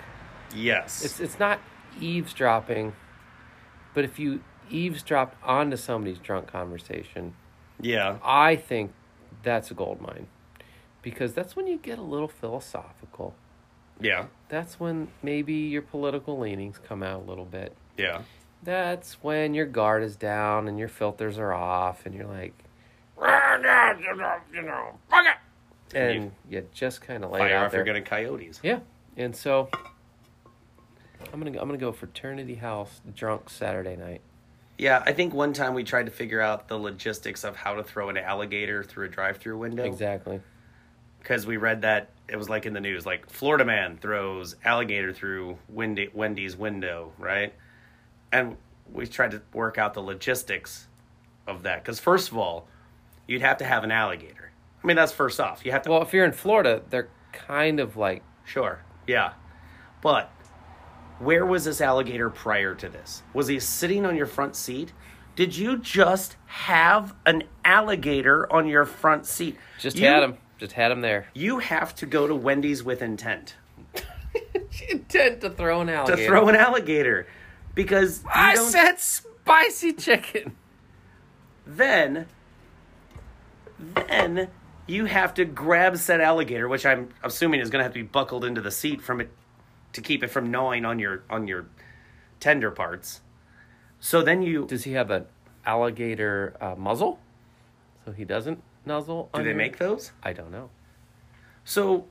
yes. It's it's not eavesdropping, but if you eavesdrop onto somebody's drunk conversation, yeah. I think that's a gold mine. Because that's when you get a little philosophical. Yeah. That's when maybe your political leanings come out a little bit. Yeah. That's when your guard is down and your filters are off and you're like, "Ah, God, you know, you know, fuck it. And And you just kind of lay it Fire out off there. your gun at coyotes. Yeah, and so I'm gonna go, I'm gonna go fraternity house drunk Saturday night. Yeah, I think one time we tried to figure out the logistics of how to throw an alligator through a drive-through window. Exactly. Because we read that it was like in the news, like Florida man throws alligator through Wendy, Wendy's window, right? And we tried to work out the logistics of that. Because first of all, you'd have to have an alligator. I mean, that's first off. You have to Well, if you're in Florida, they're kind of like Sure. Yeah. But where was this alligator prior to this? Was he sitting on your front seat? Did you just have an alligator on your front seat? just You- had 'em. had them, just had them there. You have to go to Wendy's with intent Intent to throw an to alligator. throw an alligator because you I don't- said spicy chicken. then then you have to grab said alligator, which I'm assuming is going to have to be buckled into the seat from it to keep it from gnawing on your on your tender parts. So then you Does he have an alligator uh, muzzle? So he doesn't nuzzle. Do they make those? I don't know. So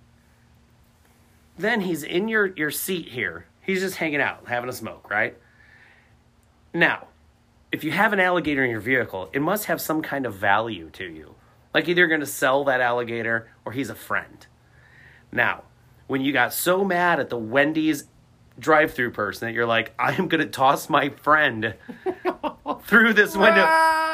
then he's in your, your seat here. He's just hanging out, having a smoke, right? Now, if you have an alligator in your vehicle, it must have some kind of value to you. Like either you're going to sell that alligator or he's a friend. Now, when you got so mad at the Wendy's drive through person that you're like, I am going to toss my friend through this window.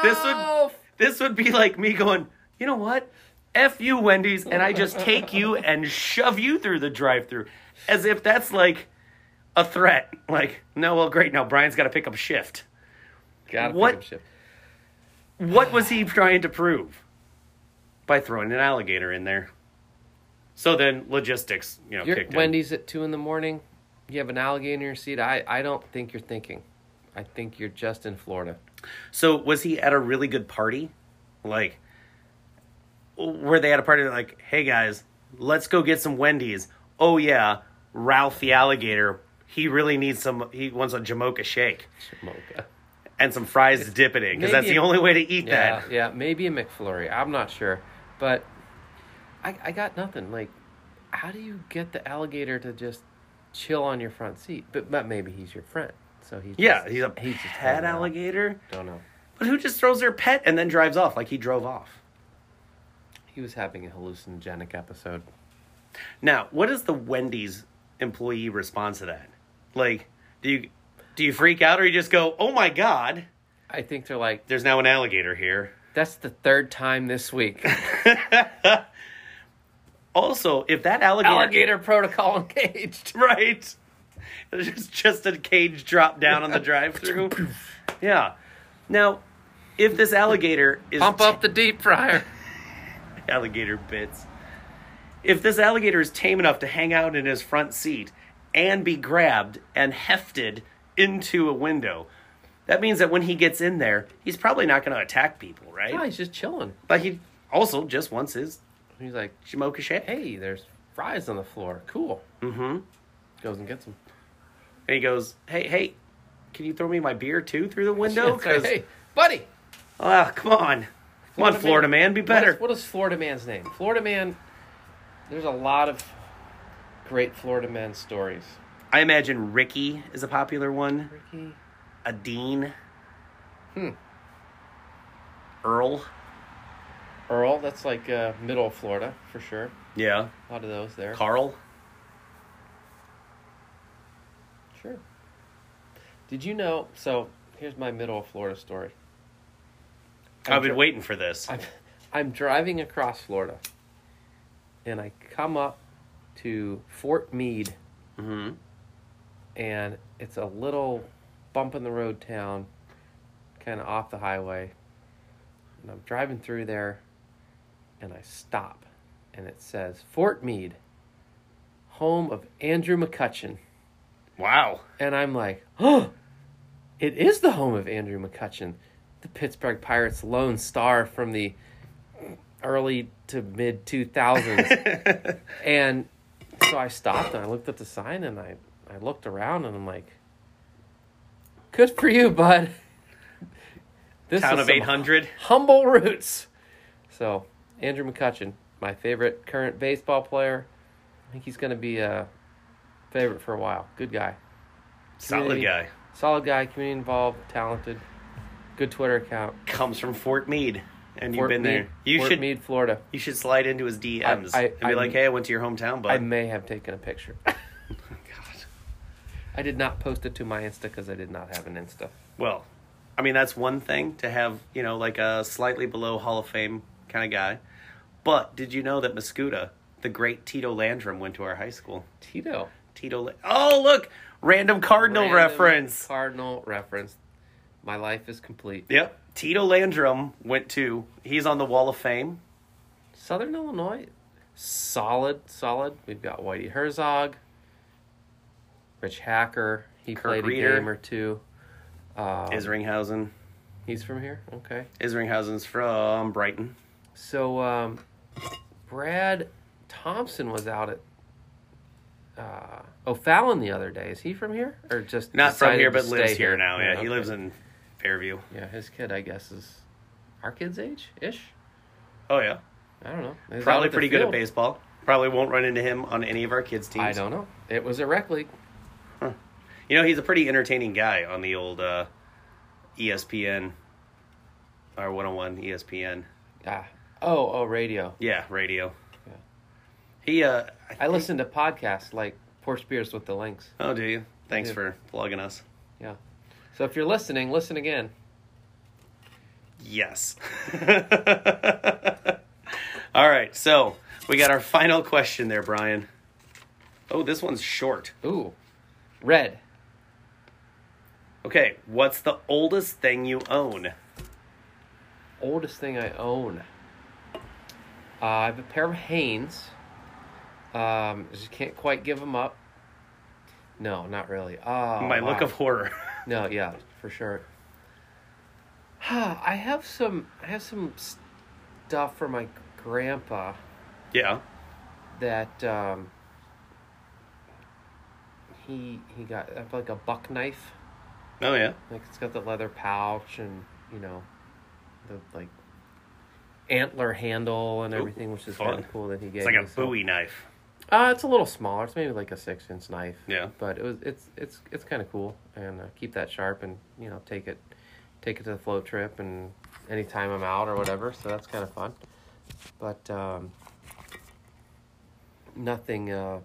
This would Ralph! this would be like me going, you know what? F you, Wendy's, and I just take you and shove you through the drive through. As if that's like a threat. Like, no, well, great, now Brian's gotta pick up shift. Gotta What? pick up shit. What was he trying to prove? By throwing an alligator in there. So then logistics, you know, You're kicked at Wendy's at two in the morning. You have an alligator in your seat. I, I don't think you're thinking. I think you're just in Florida. in. So was he at a really good party? Like were they at a party like, hey guys, let's go get some Wendy's. Oh yeah, Ralph the alligator, he really needs some he wants a Jamocha shake Mocha. and some fries to dip it in, because that's Maybe the a- only way to eat Yeah, that. yeah, maybe a McFlurry. I'm not sure, but I, I got nothing. Like, how do you get the alligator to just chill on your front seat? But, but maybe he's your friend, so he's Yeah, just- he's a he's just pet hanging out. alligator. Don't know. But who just throws their pet and then drives off like he drove off? He was having a hallucinogenic episode. Now, what is the Wendy's employee response to that? Like, do you do you freak out or you just go, "Oh my god, I think they're like, there's now an alligator here." that's the third time <laughs> this week. Also, if that alligator, alligator protocol <laughs> <laughs> engaged. right, there's just a cage drop down on the <laughs> drive-through. yeah. Now, if this alligator is Pump up the <laughs> deep fryer. alligator bits. If this alligator is tame enough to hang out in his front seat and be grabbed and hefted into a window, that means that when he gets in there, he's probably not going to attack people, right? No, he's just chilling. But he also just wants his He's like, shimoka shake. hey, there's fries on the floor. Cool. Mm-hmm. Goes and gets them. And he goes, hey, hey, can you throw me my beer too through the window? <laughs> It's like, 'Cause- hey, buddy. Ah, come on. Come on, Florida man. Florida man, be What better. is, what is Florida man's name? Florida man. There's a lot of great Florida man stories. I imagine Ricky is a popular one, Ricky. a Dean, Hmm. Earl. Earl. That's like uh, middle of Florida for sure. Yeah. A lot of those there. Carl. Sure. Did you know? So here's my middle of Florida story. I've been dri- waiting for this. I'm, <laughs> I'm driving across Florida, and I come up to Fort Meade, Mm-hmm. and it's a little bump in the road town, kind of off the highway. And I'm driving through there, and I stop, and it says Fort Meade, home of Andrew McCutcheon. Wow. And I'm like, oh, it is the home of Andrew McCutcheon, the Pittsburgh Pirates' lone star from the early to <laughs> mid 2000s. and so I stopped and I looked at the sign and I, I looked around and I'm like, good for you, bud. This Town is of some 800. humble roots. So, Andrew McCutcheon, my favorite current baseball player. I think he's going to be a favorite for a while. Good guy. Solid community. guy. Solid guy, community involved, talented, good Twitter account. Comes from Fort Meade. And Fort you've been Meade, there. You Fort should Meade, Florida. you should slide into his DMs I- and be I- like, "Hey, I went to your hometown, bud." I may have taken a picture. <laughs> God. I did not post it to my Insta because I did not have an Insta. Well, I mean that's one thing to have, you know, like a slightly below Hall of Fame kind of guy. But did you know that Mascuda, the great Tito Landrum, went to our high school? Tito. Tito. La- oh, look, random Cardinal Random reference. Cardinal reference. My life is complete. Yep. Tito Landrum went to. He's on the Wall of Fame. Southern Illinois, solid, solid. We've got Whitey Herzog, Rich Hacker. He Kurt played Reeder. a game or two. Um, Isringhausen. he's from here. Okay. Isringhausen's from Brighton. So um, Brad Thompson was out at uh, O'Fallon the other day. Is he from here or just Not from decided here, to but lives stay here, now. Yeah, he okay. lives in Fairview. Yeah, his kid, I guess, is our kid's age ish. Oh yeah, I don't know. He's out probably the pretty good at field. baseball. Probably won't run into him on any of our kids' teams. I don't know. It was a rec league. You know, he's a pretty entertaining guy on the old uh, E ESPN or 101 ESPN. Ah. Oh, oh, radio. Yeah, radio. Yeah. He. Uh, I- I listen to podcasts like Porch Beers with the Links. oh, do you? Thanks do. for plugging us. Yeah. So if you're listening, listen again. Yes. <laughs> All right, so we got our final question there, Brian. Oh, this one's short. Ooh, red. Okay, what's the oldest thing you own? Oldest thing I own. Uh, I have a pair of Hanes. Um, I just can't quite give them up. No, not really. Oh, My look wow. of horror. <laughs> No, yeah, for sure. <sighs> I have some. I have some stuff for my grandpa yeah. that um, he he got. I have like a buck knife. Oh yeah. Like it's got the leather pouch and you know, the like antler handle and Ooh, everything, which is fun. kind of cool that he gave. It's like me, a so- Bowie knife. Uh, it's a little smaller. It's maybe like a six inch knife. Yeah. But it was it's it's it's kind of cool, and uh, keep that sharp, and you know take it, take it to the float trip, and anytime I'm out or whatever. So that's kind of fun. But um, nothing, uh,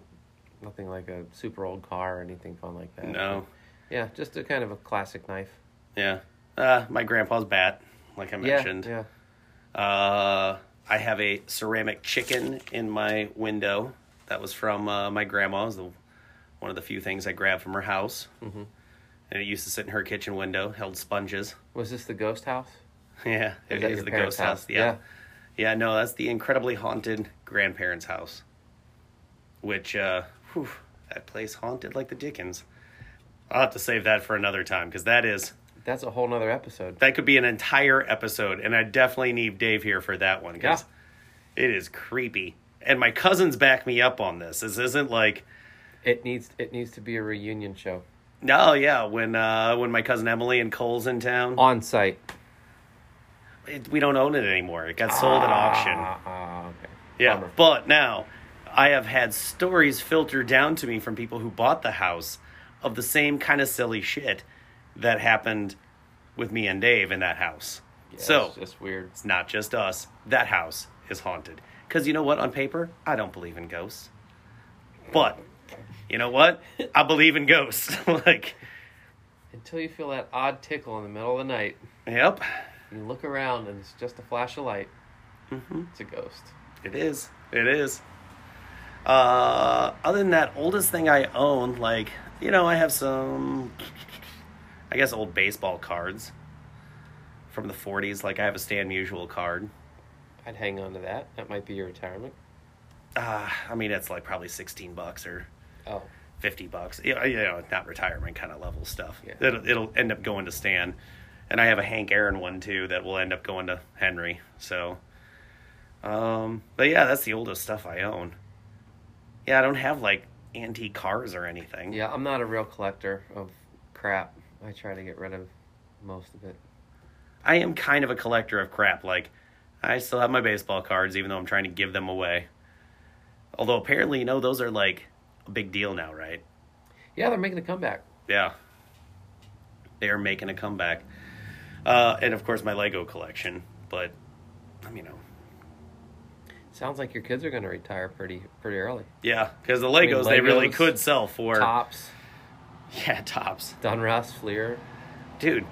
nothing like a super old car or anything fun like that. No. Yeah, just a kind of a classic knife. Yeah. Uh, my grandpa's bat, like I mentioned. Yeah. Yeah. Uh, I have a ceramic chicken in my window. That was from uh, my grandma. It was the, one of the few things I grabbed from her house. Mm-hmm. And it used to sit in her kitchen window, held sponges. <laughs> Was this the ghost house? Yeah, Is it that is your the parents' ghost house. house? Yeah. yeah, no, that's the incredibly haunted grandparents' house, which uh, whew, that place haunted like the Dickens. I'll have to save that for another time because that is That's a whole nother episode. that could be an entire episode, and I definitely need Dave here for that one because it is creepy. And my cousins back me up on this. This isn't like It needs it needs to be a reunion show no, oh, yeah. When uh, when my cousin Emily and Cole's in town, on site. it, we don't own it anymore. It got sold at auction. Ah, okay. Yeah, Bummer. but now I have had stories filtered down to me from people who bought the house of the same kind of silly shit that happened with me and Dave in that house. Yeah, so it's just weird. it's not just us. That house is haunted. Because you know what? On paper, I don't believe in ghosts. But you know what? I believe in ghosts. <laughs> like, Until you feel that odd tickle in the middle of the night, yep, you look around and it's just a flash of light. Mm-hmm. It's a ghost. It is. It is. Uh, other than that, oldest thing I own, like you know, I have some, I guess, old baseball cards from the '40s. Like I have a Stan Musial card. I'd hang on to that. That might be your retirement. Uh, I mean, it's like probably 16 bucks or Oh, 50 bucks. You know, you know not retirement kind of level stuff. Yeah. It'll, it'll end up going to Stan. And I have a Hank Aaron one too that will end up going to Henry. So, um, but yeah, that's the oldest stuff I own. Yeah, I don't have like antique cars or anything. yeah. I'm not a real collector of crap. I try to get rid of most of it. I am kind of a collector of crap. Like, I still have my baseball cards, even though I'm trying to give them away. Although apparently, you know, those are like a big deal now, right? Yeah, they're making a comeback. Yeah. They are making a comeback. Uh, and of course, my Lego collection. But, um, you know, Sounds like your kids are going to retire pretty pretty early. yeah, because the Legos, they really Legos, could sell for. Tops, <laughs> Yeah, tops. Dunross, Fleer, Dude,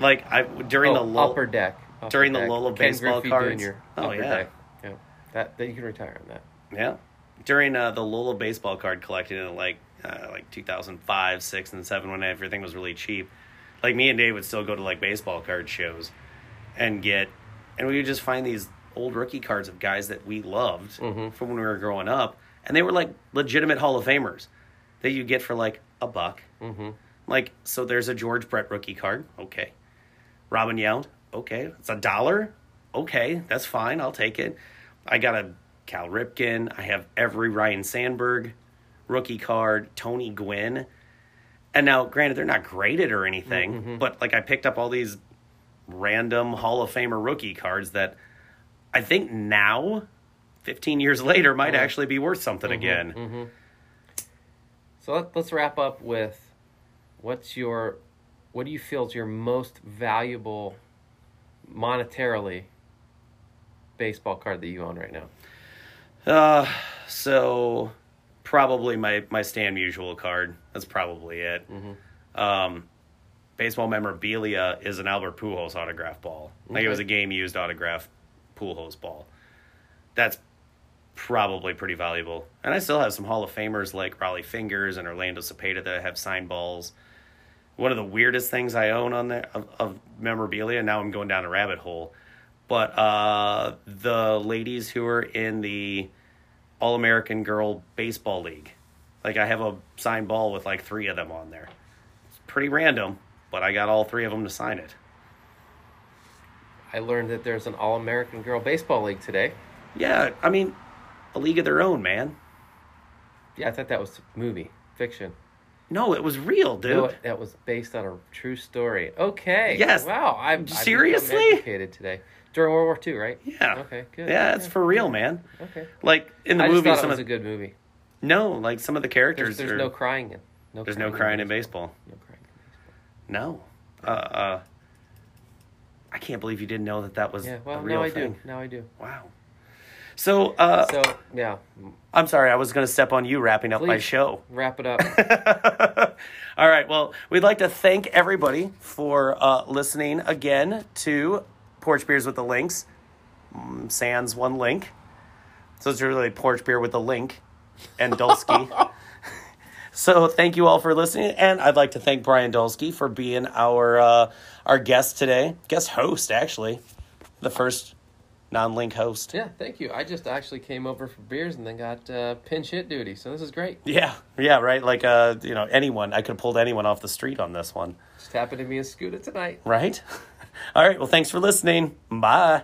like, I during the oh, lull. upper deck. Upper during the Deck. lull of Ken baseball Griffey cards. Jr., Oh, Upper yeah. Deck. yeah. That, that you can retire on that. Yeah. During uh, the Lola baseball card collecting in like uh, like 2005, 6, and 7 when everything was really cheap, like me and Dave would still go to like baseball card shows and get, and we would just find these old rookie cards of guys that we loved from when we were growing up. And they were like legitimate Hall of Famers that you get for like a buck. Mm-hmm. Like, so there's a George Brett rookie card. Okay. Robin Yount. Okay, it's a dollar. Okay, that's fine. I'll take it. I got a Cal Ripken. I have every Ryan Sandberg rookie card, Tony Gwynn. And now, granted, they're not graded or anything, but like I picked up all these random Hall of Famer rookie cards that I think now, 15 years <laughs> later, might actually be worth something again. So let, let's wrap up with what's your what do you feel is your most valuable monetarily baseball card that you own right now? Uh, so probably my my Stan Musial card. That's probably it. Um, baseball memorabilia is an Albert Pujols autograph ball. Like Okay. it was a game used autograph Pujols ball. That's probably pretty valuable. And I still have some Hall of Famers like Raleigh Fingers and Orlando Cepeda that have signed balls. One of the weirdest things I own on there of, of memorabilia. Now I'm going down a rabbit hole, but uh, the ladies who are in the All American Girl Baseball League, like I have a signed ball with like three of them on there pretty random, but I got all three of them to sign it. I learned that there's an All American Girl Baseball League today. Yeah, I mean, a league of their own, man. Yeah, I thought that was movie fiction. No, it was real, dude. No, Oh, that was based on a true story. Okay. Yes. Wow. I'm I've become Seriously? educated today during World War II, right? yeah. Okay. Good. Yeah, it's for real, man. Okay. Like in the I just movie, thought it some was of a good movie. no, like some of the There's, characters. there's are- no crying in. No there's no crying in baseball. baseball. No crying in No. Uh, uh, I can't believe you didn't know that that was baseball. Yeah. a Well, real now I thing. do. Now I do. Wow. So, uh, So yeah, m- I'm sorry, I was going to step on you wrapping up my Please. show. wrap <laughs> it up. All right. Well, we'd like to thank everybody for uh, listening again to Porch Beers with the Links. Mm, sans one link. So it's really Porch Beer with the Link and Dulski. so thank you all for listening. And I'd like to thank Brian Dulski for being our, uh, our guest today, guest host, actually, the first non link host. yeah. Thank you. I just actually came over for beers and then got uh, pinch hit duty. So this is great. Yeah, yeah, right. Like, uh, you know, anyone. I could have pulled anyone off the street on this one. <laughs> Just happened to be a scooter tonight. Right? All right. Well, thanks for listening. Bye.